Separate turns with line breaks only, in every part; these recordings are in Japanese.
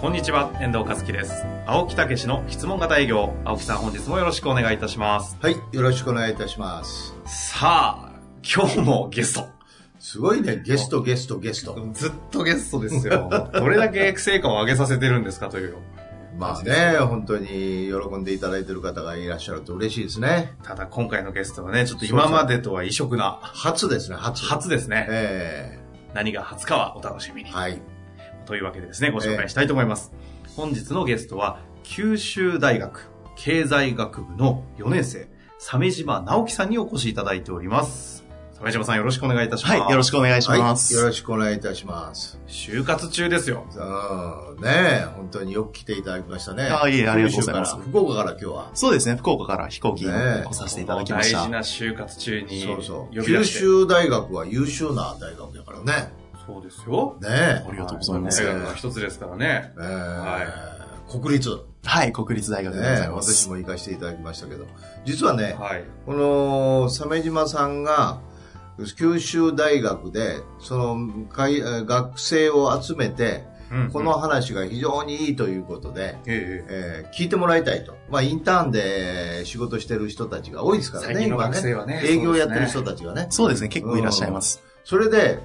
こんにちは、遠藤和樹です。青木武の質問型営業。青木さん、本日もよろしくお願いいたします。
はい、よろしくお願いいたします。
さあ、今日もゲスト。
すごいね、ゲスト、ゲスト、ゲスト。
ずっとゲストですよ。 どれだけ成果を上げさせてるんですかという。
まあね、本当に喜んでいただいてる方がいらっしゃると嬉しいですね。
ただ、今回のゲストはね、ちょっと今までとは異色な
初ですね、初。
初ですね。
え
何が初かはお楽しみ
え
に。
はい。
というわけでですね、ご紹介したいと思います。本日のゲストは、九州大学経済学部の4年生、鮫島直樹さんにお越しいただいております。鮫島さん、よろしくお願いいたします。
はい、よろしくお願いしま
はい、よ
す。
ろしくお願いいたします。
就活中ですよ。
うん、ねえ本当によく来ていただきましたね。
あいえありがとうございま
九州
す
から福岡から今日は。
そうですね、福岡から飛行機に
ねえ
来させていただきまし
大
た
事。な就活中に
そうそう。
呼び出
九
して。
州大学は優秀な大学だからね。
そうですよ。
ね
ありがとうございます
大学の一つですからね。
えええ国立。
はい、国立大学
ね
でござ
え
いま
私
す。
も行かせていただきましたけど。実はね、
はい。
この鮫島さんが九州大学でそのかいえー学生を集めて
うん
この、話が非常にいいということで、
ええ
えー聞いてもらいたいと、まあ、インターンで仕事してる人たちが多いですから
最
ね
近の
今
学生はね
営業やってる
そ
人たちがね
そうですね、結構いらっしゃいます。
それで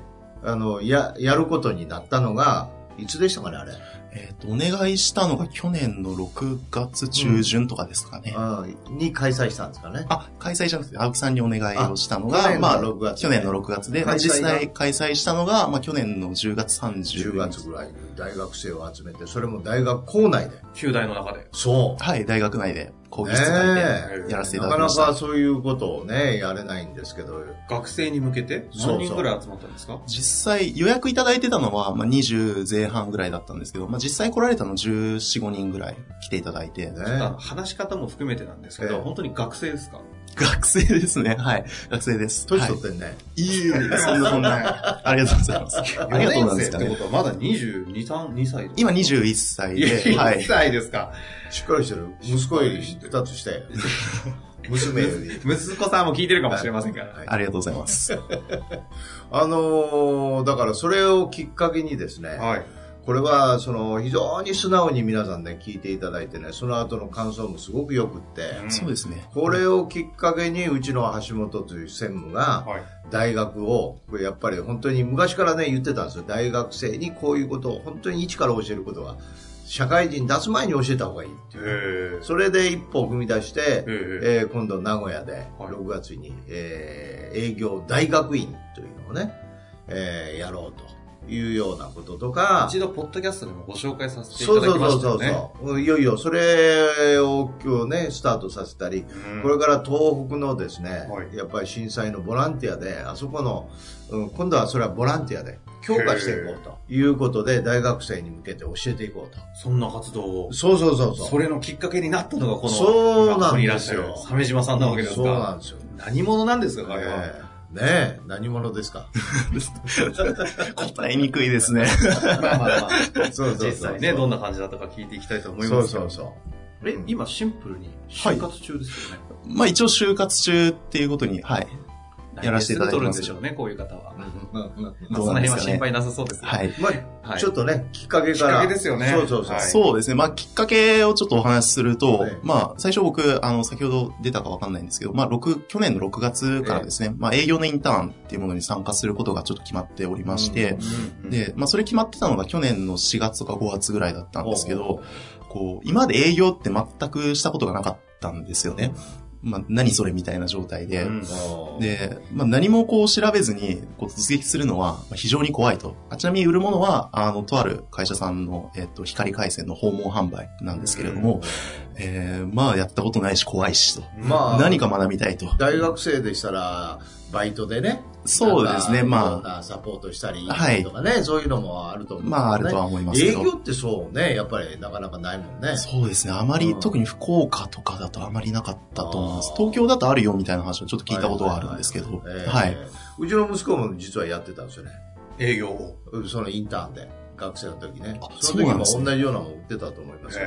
あのややることになったのがいつでしたかねあれ
えっと、お願いしたのが去年の6月中旬とかですかね。
あに開催したんですかね
あ、開催じゃなくて、青木さんにお願いをしたの
去
が、
年の
まあ、
6月
去年の6月で、
開催が
実際開催したのが、まあ、去年の10月30
10月ぐらいに大学生を集めてそれも大学校内で
旧大の中で。
そう
はい、大学内で、講義室内
ね
でやらせて
え、
い
なか
ただ
な
きました。
かそういうことをね、やれないんですけど、
学生に向けて
そうそう
何人ぐらい集まったんですか
実際予約いただいてたのは、まあ、20前半ぐらいだったんですけど、まあ、実際来られたの14、5人ぐらい来ていただいて、
ね
あの話し方も含めてなんですけど、
ええ
本当に学生ですか
学生ですね。はい。学生です。
年
はい
取ってんね、
いいよ、そんなそんな。ありがとうございます。ありがとうございます
4年生ってことはまだ22、3、2歳
今21歳で、は
1
い。
歳ですか。
しっかりしてる。息子より2つ して、娘より。
息子さんも聞いてるかもしれませんから。
はい
ありがとうございます。
あのーだからそれをきっかけにですね、
はい。
これはその非常に素直に皆さんね、聞いていただいてね、その後の感想もすごくよくって、
うん
そうですね。
これをきっかけにうちの橋本という専務が、
はい。
大学を、これやっぱり本当に昔からね、言ってたんですよ。大学生にこういうことを本当に一から教えることは、社会人出す前に教えた方がいいっていう。
え
それで一歩踏み出して、
ええ
えー今度名古屋で
はい
6月に、えー営業大学院というのをね、えーやろうというようなこととか、
一度、ポッドキャストでもご紹介させていた
そう
だ
そ
き
う
ました
そ
よ
う
ね。
そう、いよいよそれを今日ね、スタートさせたり、
うん
これから東北のですね、
はい
やっぱり震災のボランティアで、あそこの、うん今度はそれはボランティアで強化していこうということで、大学生に向けて教えていこうと。
そんな活動を。
そうそうそうそう。
それのきっかけになったのがこの、
そうな
こ
んですよ
こにいらっしゃる、鮫島さんなわけです
そうな
か。
んですよ。ね
何者なんですか、彼は。
えねえ何者ですか
答えにくいですね。
まあまあまあ。
そうそうそう。
実際ね、どんな感じだったか聞いていきたいと思い
そ
ます
う
け
そ
ど
うそう。
え、今シンプルに、就活中ですよね。
まあ一応就活中っていうことに、はい。
何
やらせていただいてます
するとるんでしょうね、こういう方は。まあ
ど
そうの
なん
辺
です
は
か
心
ね。
配なさそうですね。
はい。
まあ、
はい
ちょっとね、きっかけか
き
ら。
っかけですよね
そうそうそう。
はい
そうですね。まあ、きっかけをちょっとお話しすると、
はい
まあ、最初僕、あの、先ほど出たかわかんないんですけど、まあ、六去年の6月からですね、まあ、営業のインターンっていうものに参加することがちょっと決まっておりまして、
うん
で、まあ、それ決まってたのが去年の4月とか5月ぐらいだったんですけど、こう、今まで営業って全くしたことがなかったんですよね。まあ、何それみたいな状態で。
うん
おー
で、まあ、何もこう調べずにこう突撃するのはまあ非常に怖いと。あちなみに売るものは、あの、とある会社さんの、えっと、光回線の訪問販売なんですけれども、えーまあ、やったことないし怖いしと。
まあ
何か学びたいと。
大学生でしたら、バイトでね、
そうです
な
ね、
んか
まあ、
いろんなサポートしたり
はい
とかね、そういうのもあると思う、
まああるとは思いますけ
営
ど。
業ってそうね、やっぱりなかなかないもんね。
そうですね。あまり、
うん
特に福岡とかだとあまりなかったと思います
あ。ー
東京だとあるよみたいな話をちょっと聞いたことはあるんですけど。
えー
はい。
うちの息子も実はやってたんですよね。
営業を。
うんそのインターンで、学生の時ね
あ。
その時
そうなんですね
も同じようなもん売ってたと思いますよ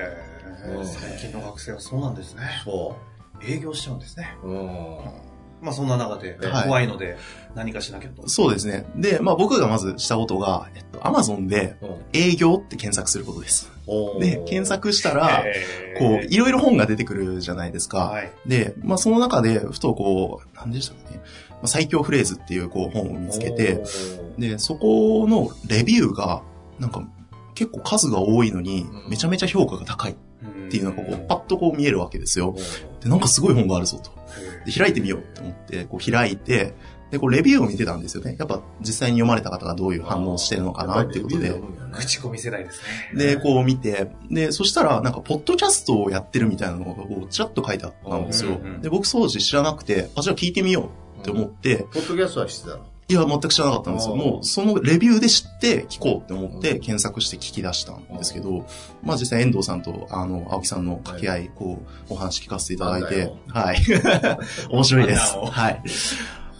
へー
うん
最近の学生はそうなんですね。
そ
営業しちゃうんですね。
う。うん。
まあそんな中で、
はい
怖いので何かしなきゃと。
そうですね。で、まあ僕がまずしたことが、えっと、アマゾンで
うん
営業って検索することです。
おー
で、検索したら、
へー
こう、いろいろ本が出てくるじゃないですか。
はい。
で、まあその中で、ふとこう、何でしたかね、まあ最強フレーズっていうこう本を見つけて、
おー
で、そこのレビューが、なんか、結構数が多いのに
う、ん
めちゃめちゃ評価が高いっ
って
いうのが、こう、パッとこう見えるわけですよ。
おー
で、なんかすごい本があるぞと。で、開いてみようと思って、こう開いて、で、こうレビューを見てたんですよね。やっぱ、実際に読まれた方がどういう反応してるのかなっていうこと
やっ
で
ぱ。りレビュー読むよね
口コミ世代ですね。
で、こう見て、で、そしたら、なんか、ポッドキャストをやってるみたいなのが、こう、ちらっと書いてあったんですよ
うんうん。
で、僕、当時知らなくて、あ、じゃあ聞いてみようって思って、
ポッドキャストはしてたの。
いや、全く知らなかったんですよ。
うん
もう、そのレビューで知って聞こうって思って
うん
検索して聞き出したんですけど、まあ実際遠藤さんと、あの、青木さんの掛け合い、こう、お話聞かせていただいて、はい。 面白いです。
あなお
はい。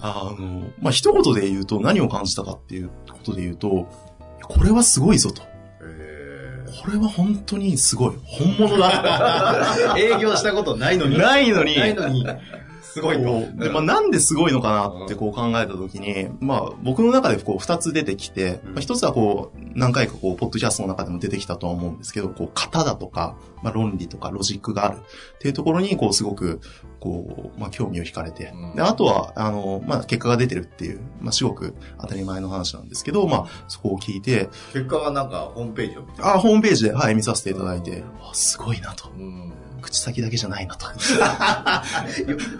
あの、まあ一言で言うと何を感じたかっていうことで言うと、これはすごいぞと。
え
これは本当にすごい。本物だ。
ー 営業したことないのに。
ないのに。
ないのに。
すごいと。
こうで、まあ、なんですごいのかなってこう考えたときに、まあ、僕の中でこう、二つ出てきて、
うん
まあ、一つはこう、何回かこう、ポッドキャストの中でも出てきたとは思うんですけど、こう、型だとか、まあ、論理とかロジックがあるっていうところに、こう、すごく、こう、まあ、興味を惹かれて
うん、
で、あとは、あの、まあ、結果が出てるっていう、まあ、すごく当たり前の話なんですけど、まあ、そこを聞いて、
結果はなんかホームページを見て。
あ、ホームページで、はい、見させていただいて
う、
あすごいなと。
うん。
口先だけじゃないなと。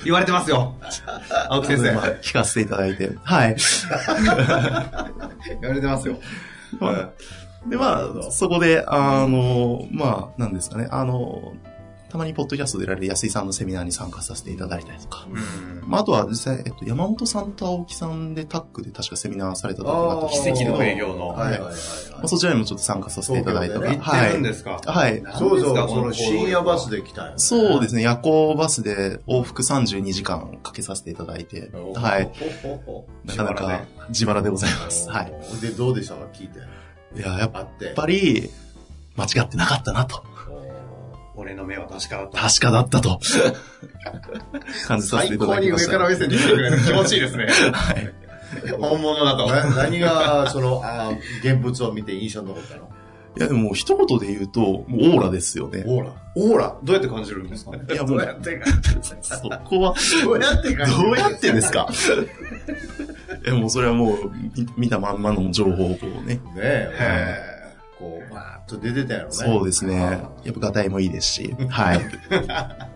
言われてます よ。青木先
ま
生。
あ聞かせていただ いて、はい。
言われてますよ。は
な
で、
るほ
まあ、
ど
そこで、あの、まあ、なんですかね、あの、たまにポッドキャストで出られる安井さんのセミナーに参加させていただいたりとか、
うん
まあ、あとは実際、えっと、山本さんと青木さんでタッグで確かセミナーされた時があったんですけど
あー奇跡の営業の
はいはいはい
ま
は
あ、
い。
そちらにもちょっと参加させていただいたり
東
行っ
京
て
は
るん
い。
ですか。
はい。
そうそう、
なんですか
その深夜バス。で来たよ。
そうですね、夜行バスで往復32時間かけさせていただいて、はい。
ほほほ。
な
自腹
かなか
で
自腹でございます。はい。
い。で、どうでしたか聞いて。
いや、やっ
会って。
ぱり、間違ってなかったなと。
俺の目は確かだった。
確かだったと。 感じさせて
最
いただ
高に
き
上
ました。
から目線で来てくれる。気 持ちいいですね。
はい。
本物だと。
何が、その、あー現物を見て印象に残ったの
いや、でも、一言で言うと、もうオーラですよね。
オーラ。
オーラ、どうやって感じるんですかね
いや、も
どう
う、
やってか。
そこは、
どうやってか。
どうやってです かいや、もう、それはもう、み見たまんまの情報をこうね。
ねえ。こう、バーッと出てたやろね。
そうですね。
あ
やっぱ、ガタイもいいですし。はい。
ー。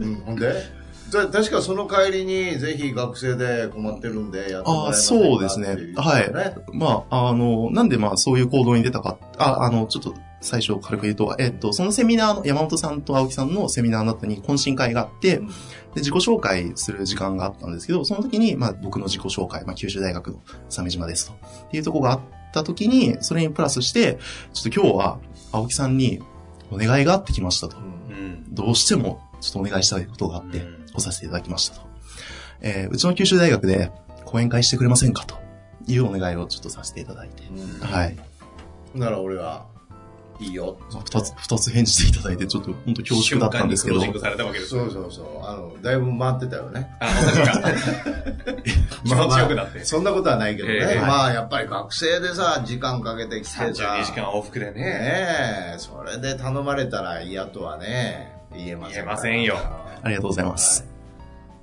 うん、ほんでた確かその帰りに、ぜひ学生で困ってるんで、やってもらえませんか
あーそうですね
ってい
はい
ね
まあ、あの、なんでまあそういう行動に出たか、あ、あの、ちょっと最初軽く言うと、えっと、そのセミナーの、山本さんと青木さんのセミナーの後に懇親会があって、
うん
で、自己紹介する時間があったんですけど、その時に、まあ僕の自己紹介、まあ九州大学の鮫島ですと、っていうとこがあった時に、それにプラスして、ちょっと今日は青木さんにお願いがあってきましたと
う。ん
ん。
どうしてもちょっとお願いしたいことがあって
う、ん
来させていただきましたと。えーうちの九州大学で講演会してくれませんかというお願いをちょっとさせていただいて。
うん
はい。
なら俺は、いいよ。
まあ二つ、二つ返事していただいて、ちょっと本当恐縮だったんですけど
瞬間に、クロージングされたわけです
そ
よ。
うそうそう。あの、だいぶ回ってたよね。
あ、同じか。 気持ちよくなって。
そんなことはないけどね。
ええ
まあ、やっぱり学生でさ、時間かけてきてさ。
32時間往復でね。
ねえ、それで頼まれたら嫌とはね、言えませんから。
言えませんよ
ありがとうございます。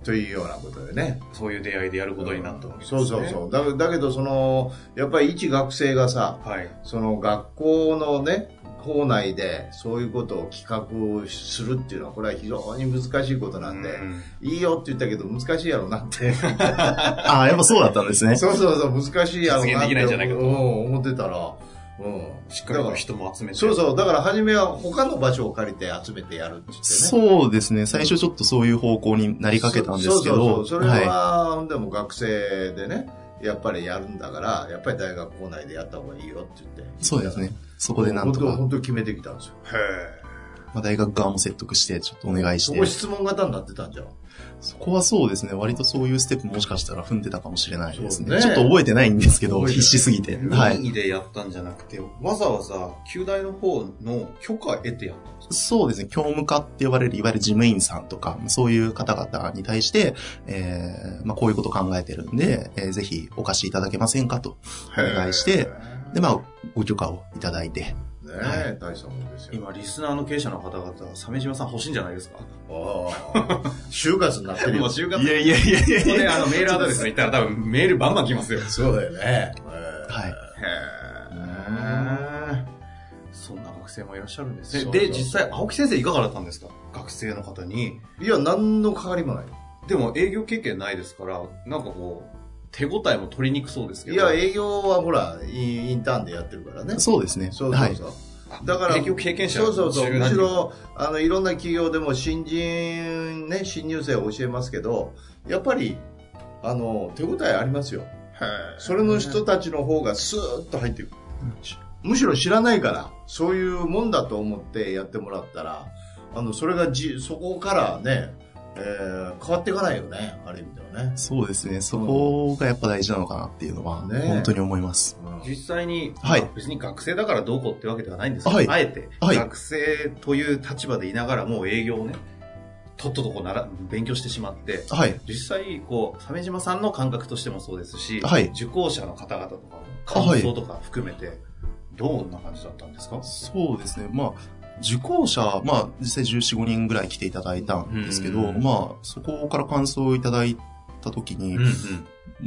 というようなことでね。
そういう出会いでやることになったわけです
そ
ね。
うそうそう。だだけど、その、やっぱり一学生がさ、
はい。
その学校のね、校内でそういうことを企画するっていうのは、これは非常に難しいことなんで、
うん
いいよって言ったけど難しいやろなって。
ああ、やっぱそうだったんですね。
そうそうそう、難しいやろ
実
なって
現できないんじゃないかと
うん思ってたら、うん。
しっかり
だ
と
ら
人も集めて。
そうそう。だから、初めは他の場所を借りて集めてやるって言ってね。
そうですね。最初ちょっとそういう方向になりかけたんですけ
そうそう
ど、
そうそれ
は
は、でも学生でね、やっぱりやるんだから、やっぱり大学校内でやった方がいいよって言って。
い。そうですね。そこでなんと
本当、
か、
本当決めてきたんですよ。
へえ。
まあ、大学側も説得して、ちょっとお願いし
そ
て
こ。質問型になってたんじゃん。
そこはそうですね。割とそういうステップもしかしたら踏んでたかもしれないです
そう
ね。
ね
ちょっと覚えてないんですけど、
覚えてない
必死すぎて。はい。
任意でやったんじゃなくて、わざわざ、旧大の方の許可得てやったんですか
そうですね。教務課って呼ばれる、いわゆる事務員さんとか、そういう方々に対して、えーまあ、こういうこと考えてるんで、えーぜひお貸しいただけませんかとお願いして、で、まあ、ご許可をいただいて、
ね
は
え、大したもんですよ。
今、リスナーの経営者の方々、鮫島さん欲しいんじゃないですか
ああ、就活になって
も
る
う
よ。
就活
いやいやいやいや
これ、あの、メールアドレスに行ったら多分メールバンバン来ますよ。へ
そうだよね。。
はいい。
え。そんな学生もいらっしゃるんですね。
そう
で、
そう
実際、青木先生いかがだったんですか学生の方に。
いや、何の関わりもない。
でも、営業経験ないですから、なんかこう、手応えも取りにくそうですけど。
いや、営業はほら、インインターンでやってるからね。
そうですね。
そう
は
そう
い。
そう。
あ
だから
営業経験者
そうそうそう。
十
む
何
し
人
ろ、あの、いろんな企業でも新人、ね、新入生を教えますけど、やっぱり、あの、手応えありますよ。それの人たちの方がスーッと入ってくる。むしろ知らないから、そういうもんだと思ってやってもらったら、あの、それがじ、そこからね、えー変わっていかないよね、ある意味ではね。
そうですね。そこがやっぱ大事なのかなっていうのは、
ね
本当に思います。
実際に、
はい
まあ別に学生だからどうこうってわけではないんですけど、
はい
あえて、
はい
学生という立場でいながらもう営業をね、とっととこうなら勉強してしまって、
はい。
実際、こう、鮫島さんの感覚としてもそうですし、
はい
受講者の方々とかの
あは
感
い
想とか含めて、どんな感じだったんですか、
そうですね。まあ、受講者、まあ、実際14、5人ぐらい来ていただいたんですけど、
うん
まあ、そこから感想をいただいたときに、
うんう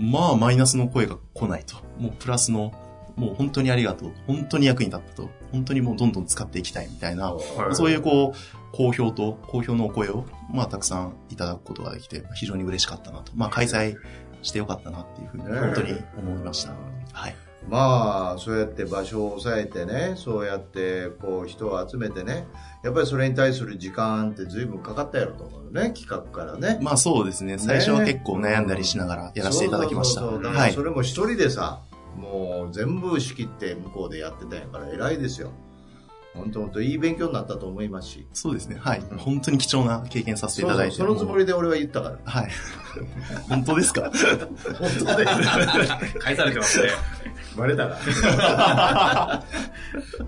ん
まあ、マイナスの声が来ないと。もう、プラスの、もう本当にありがとう。本当に役に立ったと。本当にもうどんどん使っていきたいみたいな、そういうこう、好評と、好評のお声を、まあ、たくさんいただくことができて、非常に嬉しかったなと。まあ、開催してよかったなっていうふうに、
ね
本当に思いました。はい。
まあそうやって場所を抑えてねそうやってこう人を集めてねやっぱりそれに対する時間って随分かかったやろと思うよね企画からね
まあそうですね。最初は結構悩んだりしながらやらせていただきました。
そうそうそうだか
は
ら
い
そ。れも一人でさ、もう全部仕切って向こうでやってたんやから偉いですよ本当本当いい勉強になったと思いますし
そうですね。はい
うん。
本当に貴重な経験させていただいて。
そうそうそのつもりで俺は言ったから
はい。本当ですか
本当だよ
返されてますね。
バレたか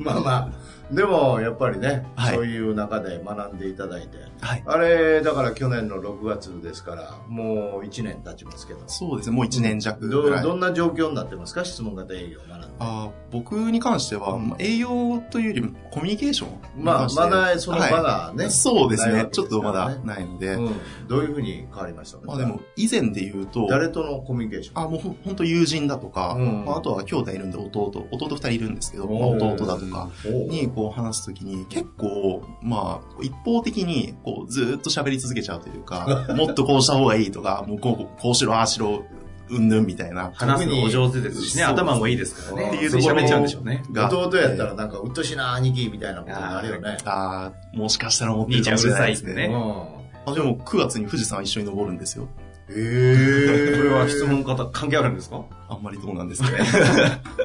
まあまあでもやっぱりね、
はい
そういう中で学んでいただいて
はい。
あれ、だから去年の6月ですから、もう1年経ちますけど。
そうですね。もう1年弱ぐら
ど
い。
どんな状況になってますか質問型営業学んで。
あー僕に関しては、まあ、栄養というよりもコミュニケーションに
まあ、
関して
まだその場がね、
はいそうです
ない
ね
わけ。
ちょっとま
で
だ
すか
ないので。
らねうんどういうふうに変わりました
まあでも、以前で言うと、
誰とのコミュニケーション
あ、もうほんほんと友人だとか、
うん
まあ、あとは兄弟いるんで弟、弟二人いるんですけど、まあ
おー
弟だとか、
おう
にこう話すときに結構、まあ、一方的にこうずーっと喋り続けちゃうというか、 もっとこうした方がいいとか、もうこうこうしろ、ああしろ、うんぬんみたいな。
話すのお上手ですしね、
そう
頭もいいですからね。
っていう
つ
ところ
喋っちゃうんでしょうね。
が
弟やったらなんか、うっとしな、兄貴みたいなことになるよね。
ああ、もしかしたら思ってるかもしれないです
兄ちゃんうるさいって
ね。
ね
あでも9月に富士山一緒に登るんですよ。
ええ
これは質。問方関係あるんですか
あんまりどうなんですかね。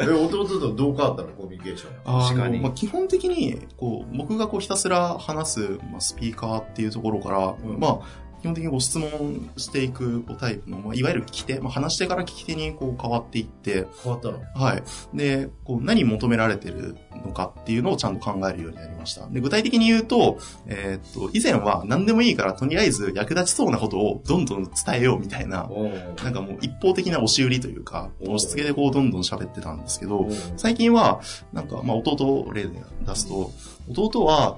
え、弟とどう変わったのコミュニケーションは。
あ
確かに
のまあ、基本的にこう僕がこうひたすら話す、まあ、スピーカーっていうところから、
うん
まあ、基本的にこう質問していくこうタイプの、まあ、いわゆる聞き手、まあ、話し手から聞き手にこう変わっていって、
変わったの
はい。で、こう何求められてるのかっていうのをちゃんと考えるようになりました。で、具体的に言うと、えーっと、以前は何でもいいからとりあえず役立ちそうなことをどんどん伝えようみたいな、
おう
なんかもう一方的な押し売りというか、押し付けでこうどんどん喋ってたんですけど
お、う
最近は、なんか、まあ、弟を例で出すと、弟は、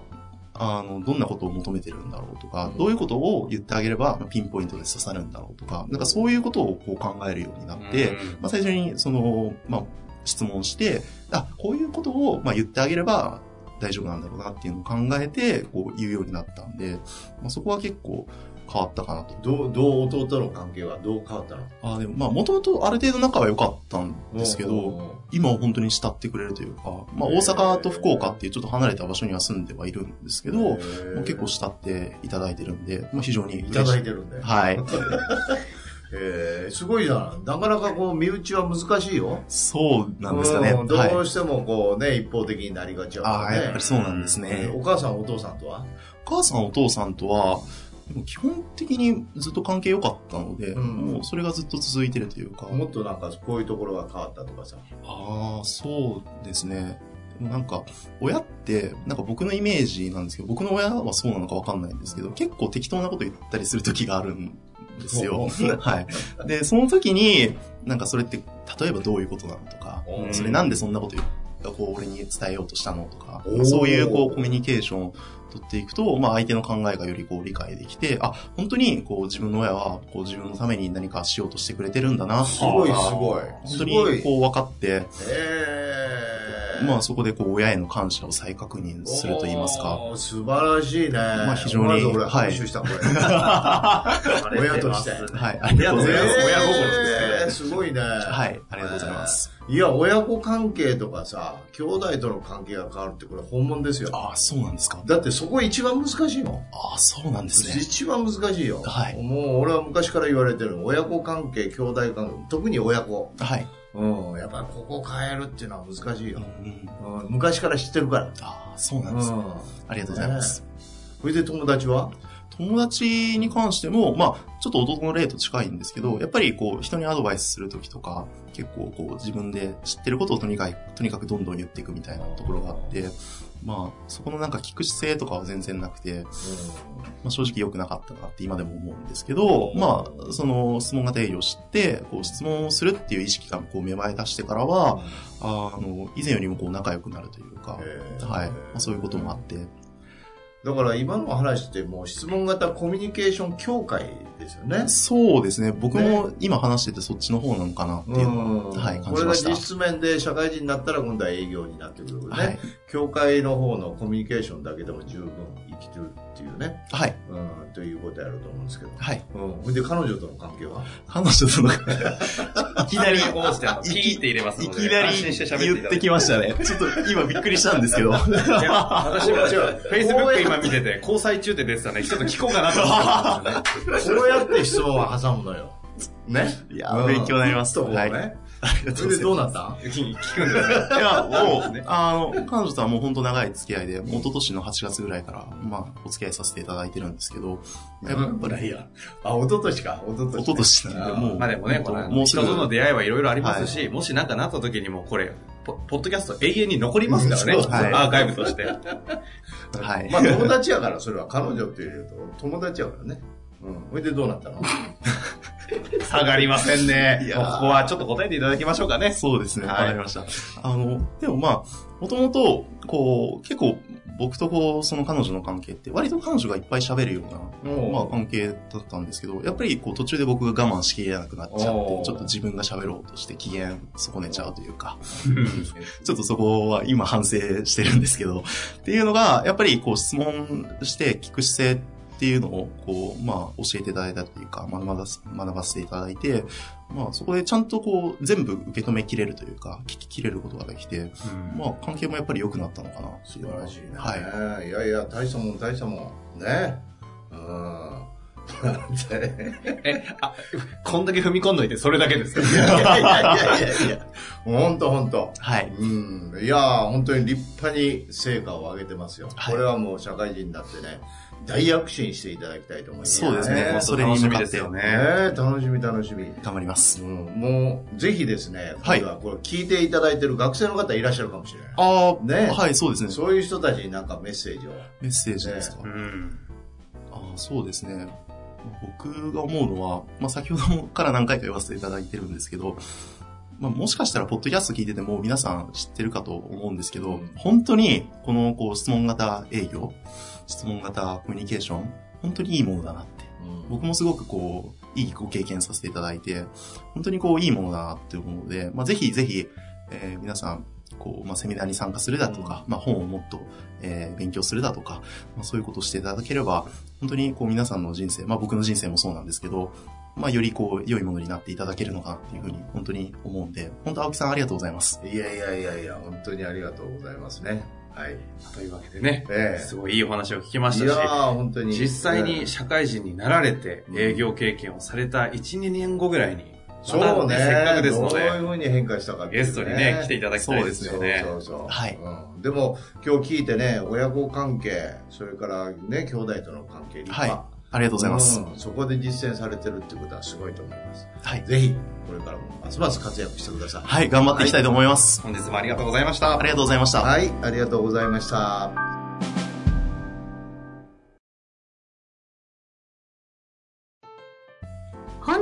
あの、どんなことを求めてるんだろうとか
う、ん
どういうことを言ってあげれば、まあピンポイントで刺さるんだろうとか、なんかそういうことをこう考えるようになって、
うん
まあ、最初に、その、まあ、質問して、あ、こういうことを、まあ、言ってあげれば大丈夫なんだろうなっていうのを考えて、こう言うようになったんで、まあ、そこは結構、変わったかなと。
どう、どう弟の関係はどう変わったの
あーでも、まあ、もともとある程度仲は良かったんですけど、
ど、
今は本当に慕ってくれるというか、まあ、大阪と福岡っていうちょっと離れた場所には住んではいるんですけど、もう結構慕っていただいてるんで、まあ、非常に嬉し
いただいてるんだよ。
はい。
えー、すごいじゃん。なかなかこう、身内は難しいよ。
そうなんですかね。
うんど。
はいう
してもこうね、一方的になりがちだか
あ
ら
あ、
ね。
やっぱりそうなんです
え
ね
ー。お母さん、お父さんとは
お母さんお父さんとは、でも基本的にずっと関係良かったので、
うん
もうそれがずっと続いてるというか、
もっとなんか、こういうところが変わったとかさ。
ああ、そうですね。でもなんか、親って、なんか僕のイメージなんですけど、僕の親はそうなのかわかんないんですけど、結構適当なこと言ったりする時があるんですよ。 はい。で、その時に、なんかそれって、例えばどういうことなのとか、
うん
それなんでそんなこと言ったこう俺に伝えようとしたのとか
おー、
そういうこうコミュニケーションを取っていくと、まあ相手の考えがよりこう理解できて、あ、本当にこう自分の親はこう自分のために何かしようとしてくれてるんだなって
す
いうの
ごい、
が、
すごい。
本
す
当
ご
に
い。
こう分かって、
えー
まあそこでこう親への感謝を再確認すると言いますか。
おー。素晴らしいね。ま
あ非常に
まず俺、拍手 した、これ。親として
はい、ありがとうござい
親心
え
ます。
で
ー
す
すごいね。
はい、ありがとうございます。
いや、親子関係とかさ、兄弟との関係が変わるってこれ本物ですよ。
ああ、そうなんですか。
だってそこ一番難しいもん。
ああ、そうなんですね。
一番難しいよ、
はい
もう俺は昔から言われてる親子関係兄弟関係特に親子、
はい。
うん、やっぱりここ変えるっていうのは難しい
うん
よ
う、ん、
うん、昔から知ってるから
ああ、そうなん
う
ですね。
ん
ありがとうございます。
それで友達は
友達に関しても、まあ、ちょっと弟の例と近いんですけど、やっぱりこう、人にアドバイスするときとか、結構こう、自分で知ってることをとにかく、とにかくどんどん言っていくみたいなところがあって、まあ、そこのなんか聞く姿勢とかは全然なくて、まあ、正直良くなかったなって今でも思うんですけど、まあ、その質問が定義を知って、こう質問をするっていう意識がこう芽生え出してからは、あーあの、以前よりもこう仲良くなるというか、
へー
はい。まあ、そういうこともあって、
だから今の話ってもう質問型コミュニケーション協会ですよね
そうですね。僕も今話しててそっちの方なのかなっていうのは、
うん
はい
こ
感じ
れが
ました
実質面で社会人になったら今度は営業になってくるね、
はい。
協会の方のコミュニケーションだけでも十分生きてるっていうね
はい。
うん、ということやると思うんですけど。
はい。
うん。ほんで、彼女との関係は
彼女との、いきなり、
左こうして、あの
いき
ピーって入れます
い
ので。
きな
安心して喋
り
っていた
言っ
だ
て
いて。
きましたね。ちょっと今びっくりしたんですけど。
いや私も、
違う
Facebook 今見てて、交際中って出てたね。ちょっと聞こうかなと思ったんですよね。
そうやって質問は挟むのよ。ね。
いやー、勉強になります。
と、
はい。
ね。
ありがと
そう
ご
れで
ざいます
どうなった
聞くんですね。
いや、もう、あの、彼女とはもう本当長い付き合いで、もう一昨年の8月ぐらいから、まあ、お付き合いさせていただいてるんですけど、やっぱり、
や。あ、一昨年か。一昨年、
一昨年なんで、もう、
まあでもね、この、
もうす
人
ぐ、
との出会いはいろいろありますし、もし何かなった時にも、これ、ポポッドキャスト永遠に残りますからね。
うんそうはい
アーカイブとして。
はい。
まあ、友達やから、それは彼女っていうと、友達やからね。うん。ほいで、どうなったの
下がりませんね。
い
こ
や
こ
ー
はちょっと答えていただきましょうかね。
そうですね。わ
はい
かりました。あの、でもまあ、もともと、こう、結構、僕とこう、その彼女の関係って、割と彼女がいっぱい喋るような、
うん
まあ、関係だったんですけど、やっぱり、こう、途中で僕が我慢しきれなくなっちゃっ
おー
て、ちょっと自分が喋ろうとして、機嫌損ねちゃうというか、ちょっとそこは今反省してるんですけど、っていうのが、やっぱり、こう、質問して聞く姿勢っていうのを、こう、まあ、教えていただいたというか、学ばす学ばせていただいて、まあ、そこでちゃんとこう、全部受け止めきれるというか、聞ききれることができて、まあ、関係もやっぱり良くなったのかなって
素
いうの
晴
は
らしいね。
はい。
い。いやいや、大したもん、大したもん。ね。うん。 い
え、あ、こんだけ踏み込んどいて、それだけですよ。
やいやいやいやいや。ほんとほんと。
はい。
うん、いやー本当に立派に成果を上げてますよ、
はい
これはもう社会人になってね大躍進していただきたいと思います
そうですね。
ね
まあ、それに向かって、
ねえ楽しみ楽しみ、
頑張ります。
うん、もうぜひですね
はい
今度これ聞いていただいてる学生の方いらっしゃるかもしれない、
ああ、
ね
はい、そうですね。
そういう人たちになんかメッセージを
メッセージですか。
うん。
ああそうですね。僕が思うのは、まあ、先ほどもから何回か言わせていただいてるんですけど、まあ、もしかしたら、ポッドキャスト聞いてても皆さん知ってるかと思うんですけど、本当に、この、こう、質問型営業、質問型コミュニケーション、本当にいいものだなって。
うん
僕もすごくこう、いいご経験させていただいて、本当にこう、いいものだなって思うので、まあ、ぜひぜひ、えー皆さん、ここう、まあ、セミナーに参加するだとか、まあ、本をもっと、えー勉強するだとか、まあ、そういうことをしていただければ、本当にこう皆さんの人生、まあ、僕の人生もそうなんですけど、まあ、よりこう、良いものになっていただけるのかなっていうふうに、本当に思うんで、本当青木さんありがとうございます。
いやいやいやいや、本当にありがとうございますね。はい。
というわけでね、
え
すごいいいお話を聞きま
え。い
し
や
たし、
ー本当に。
実際
え
に
え、
社会人になられて
うん
営業経験をされた1、2年後ぐらいに、
そ
ま
う
た
ね。
せっかくですの
どう
で、
いうふうに変化したかっていう
ゲストにね、来ていただきたいで
そ
すよ
う
ね。
そうそう。
はい
うんでも、今日聞いてね、親子関係、それからね、兄弟との関係に
はいありがとうございます。
うんそこで実践されてるってことはすごいと思います。
はい。
ぜひ、これからもますます活躍してください。
はい、頑張っていきたいと思います。
本日もありがとうございました
あ。りがとうございました。
はい、ありがとうございました。
本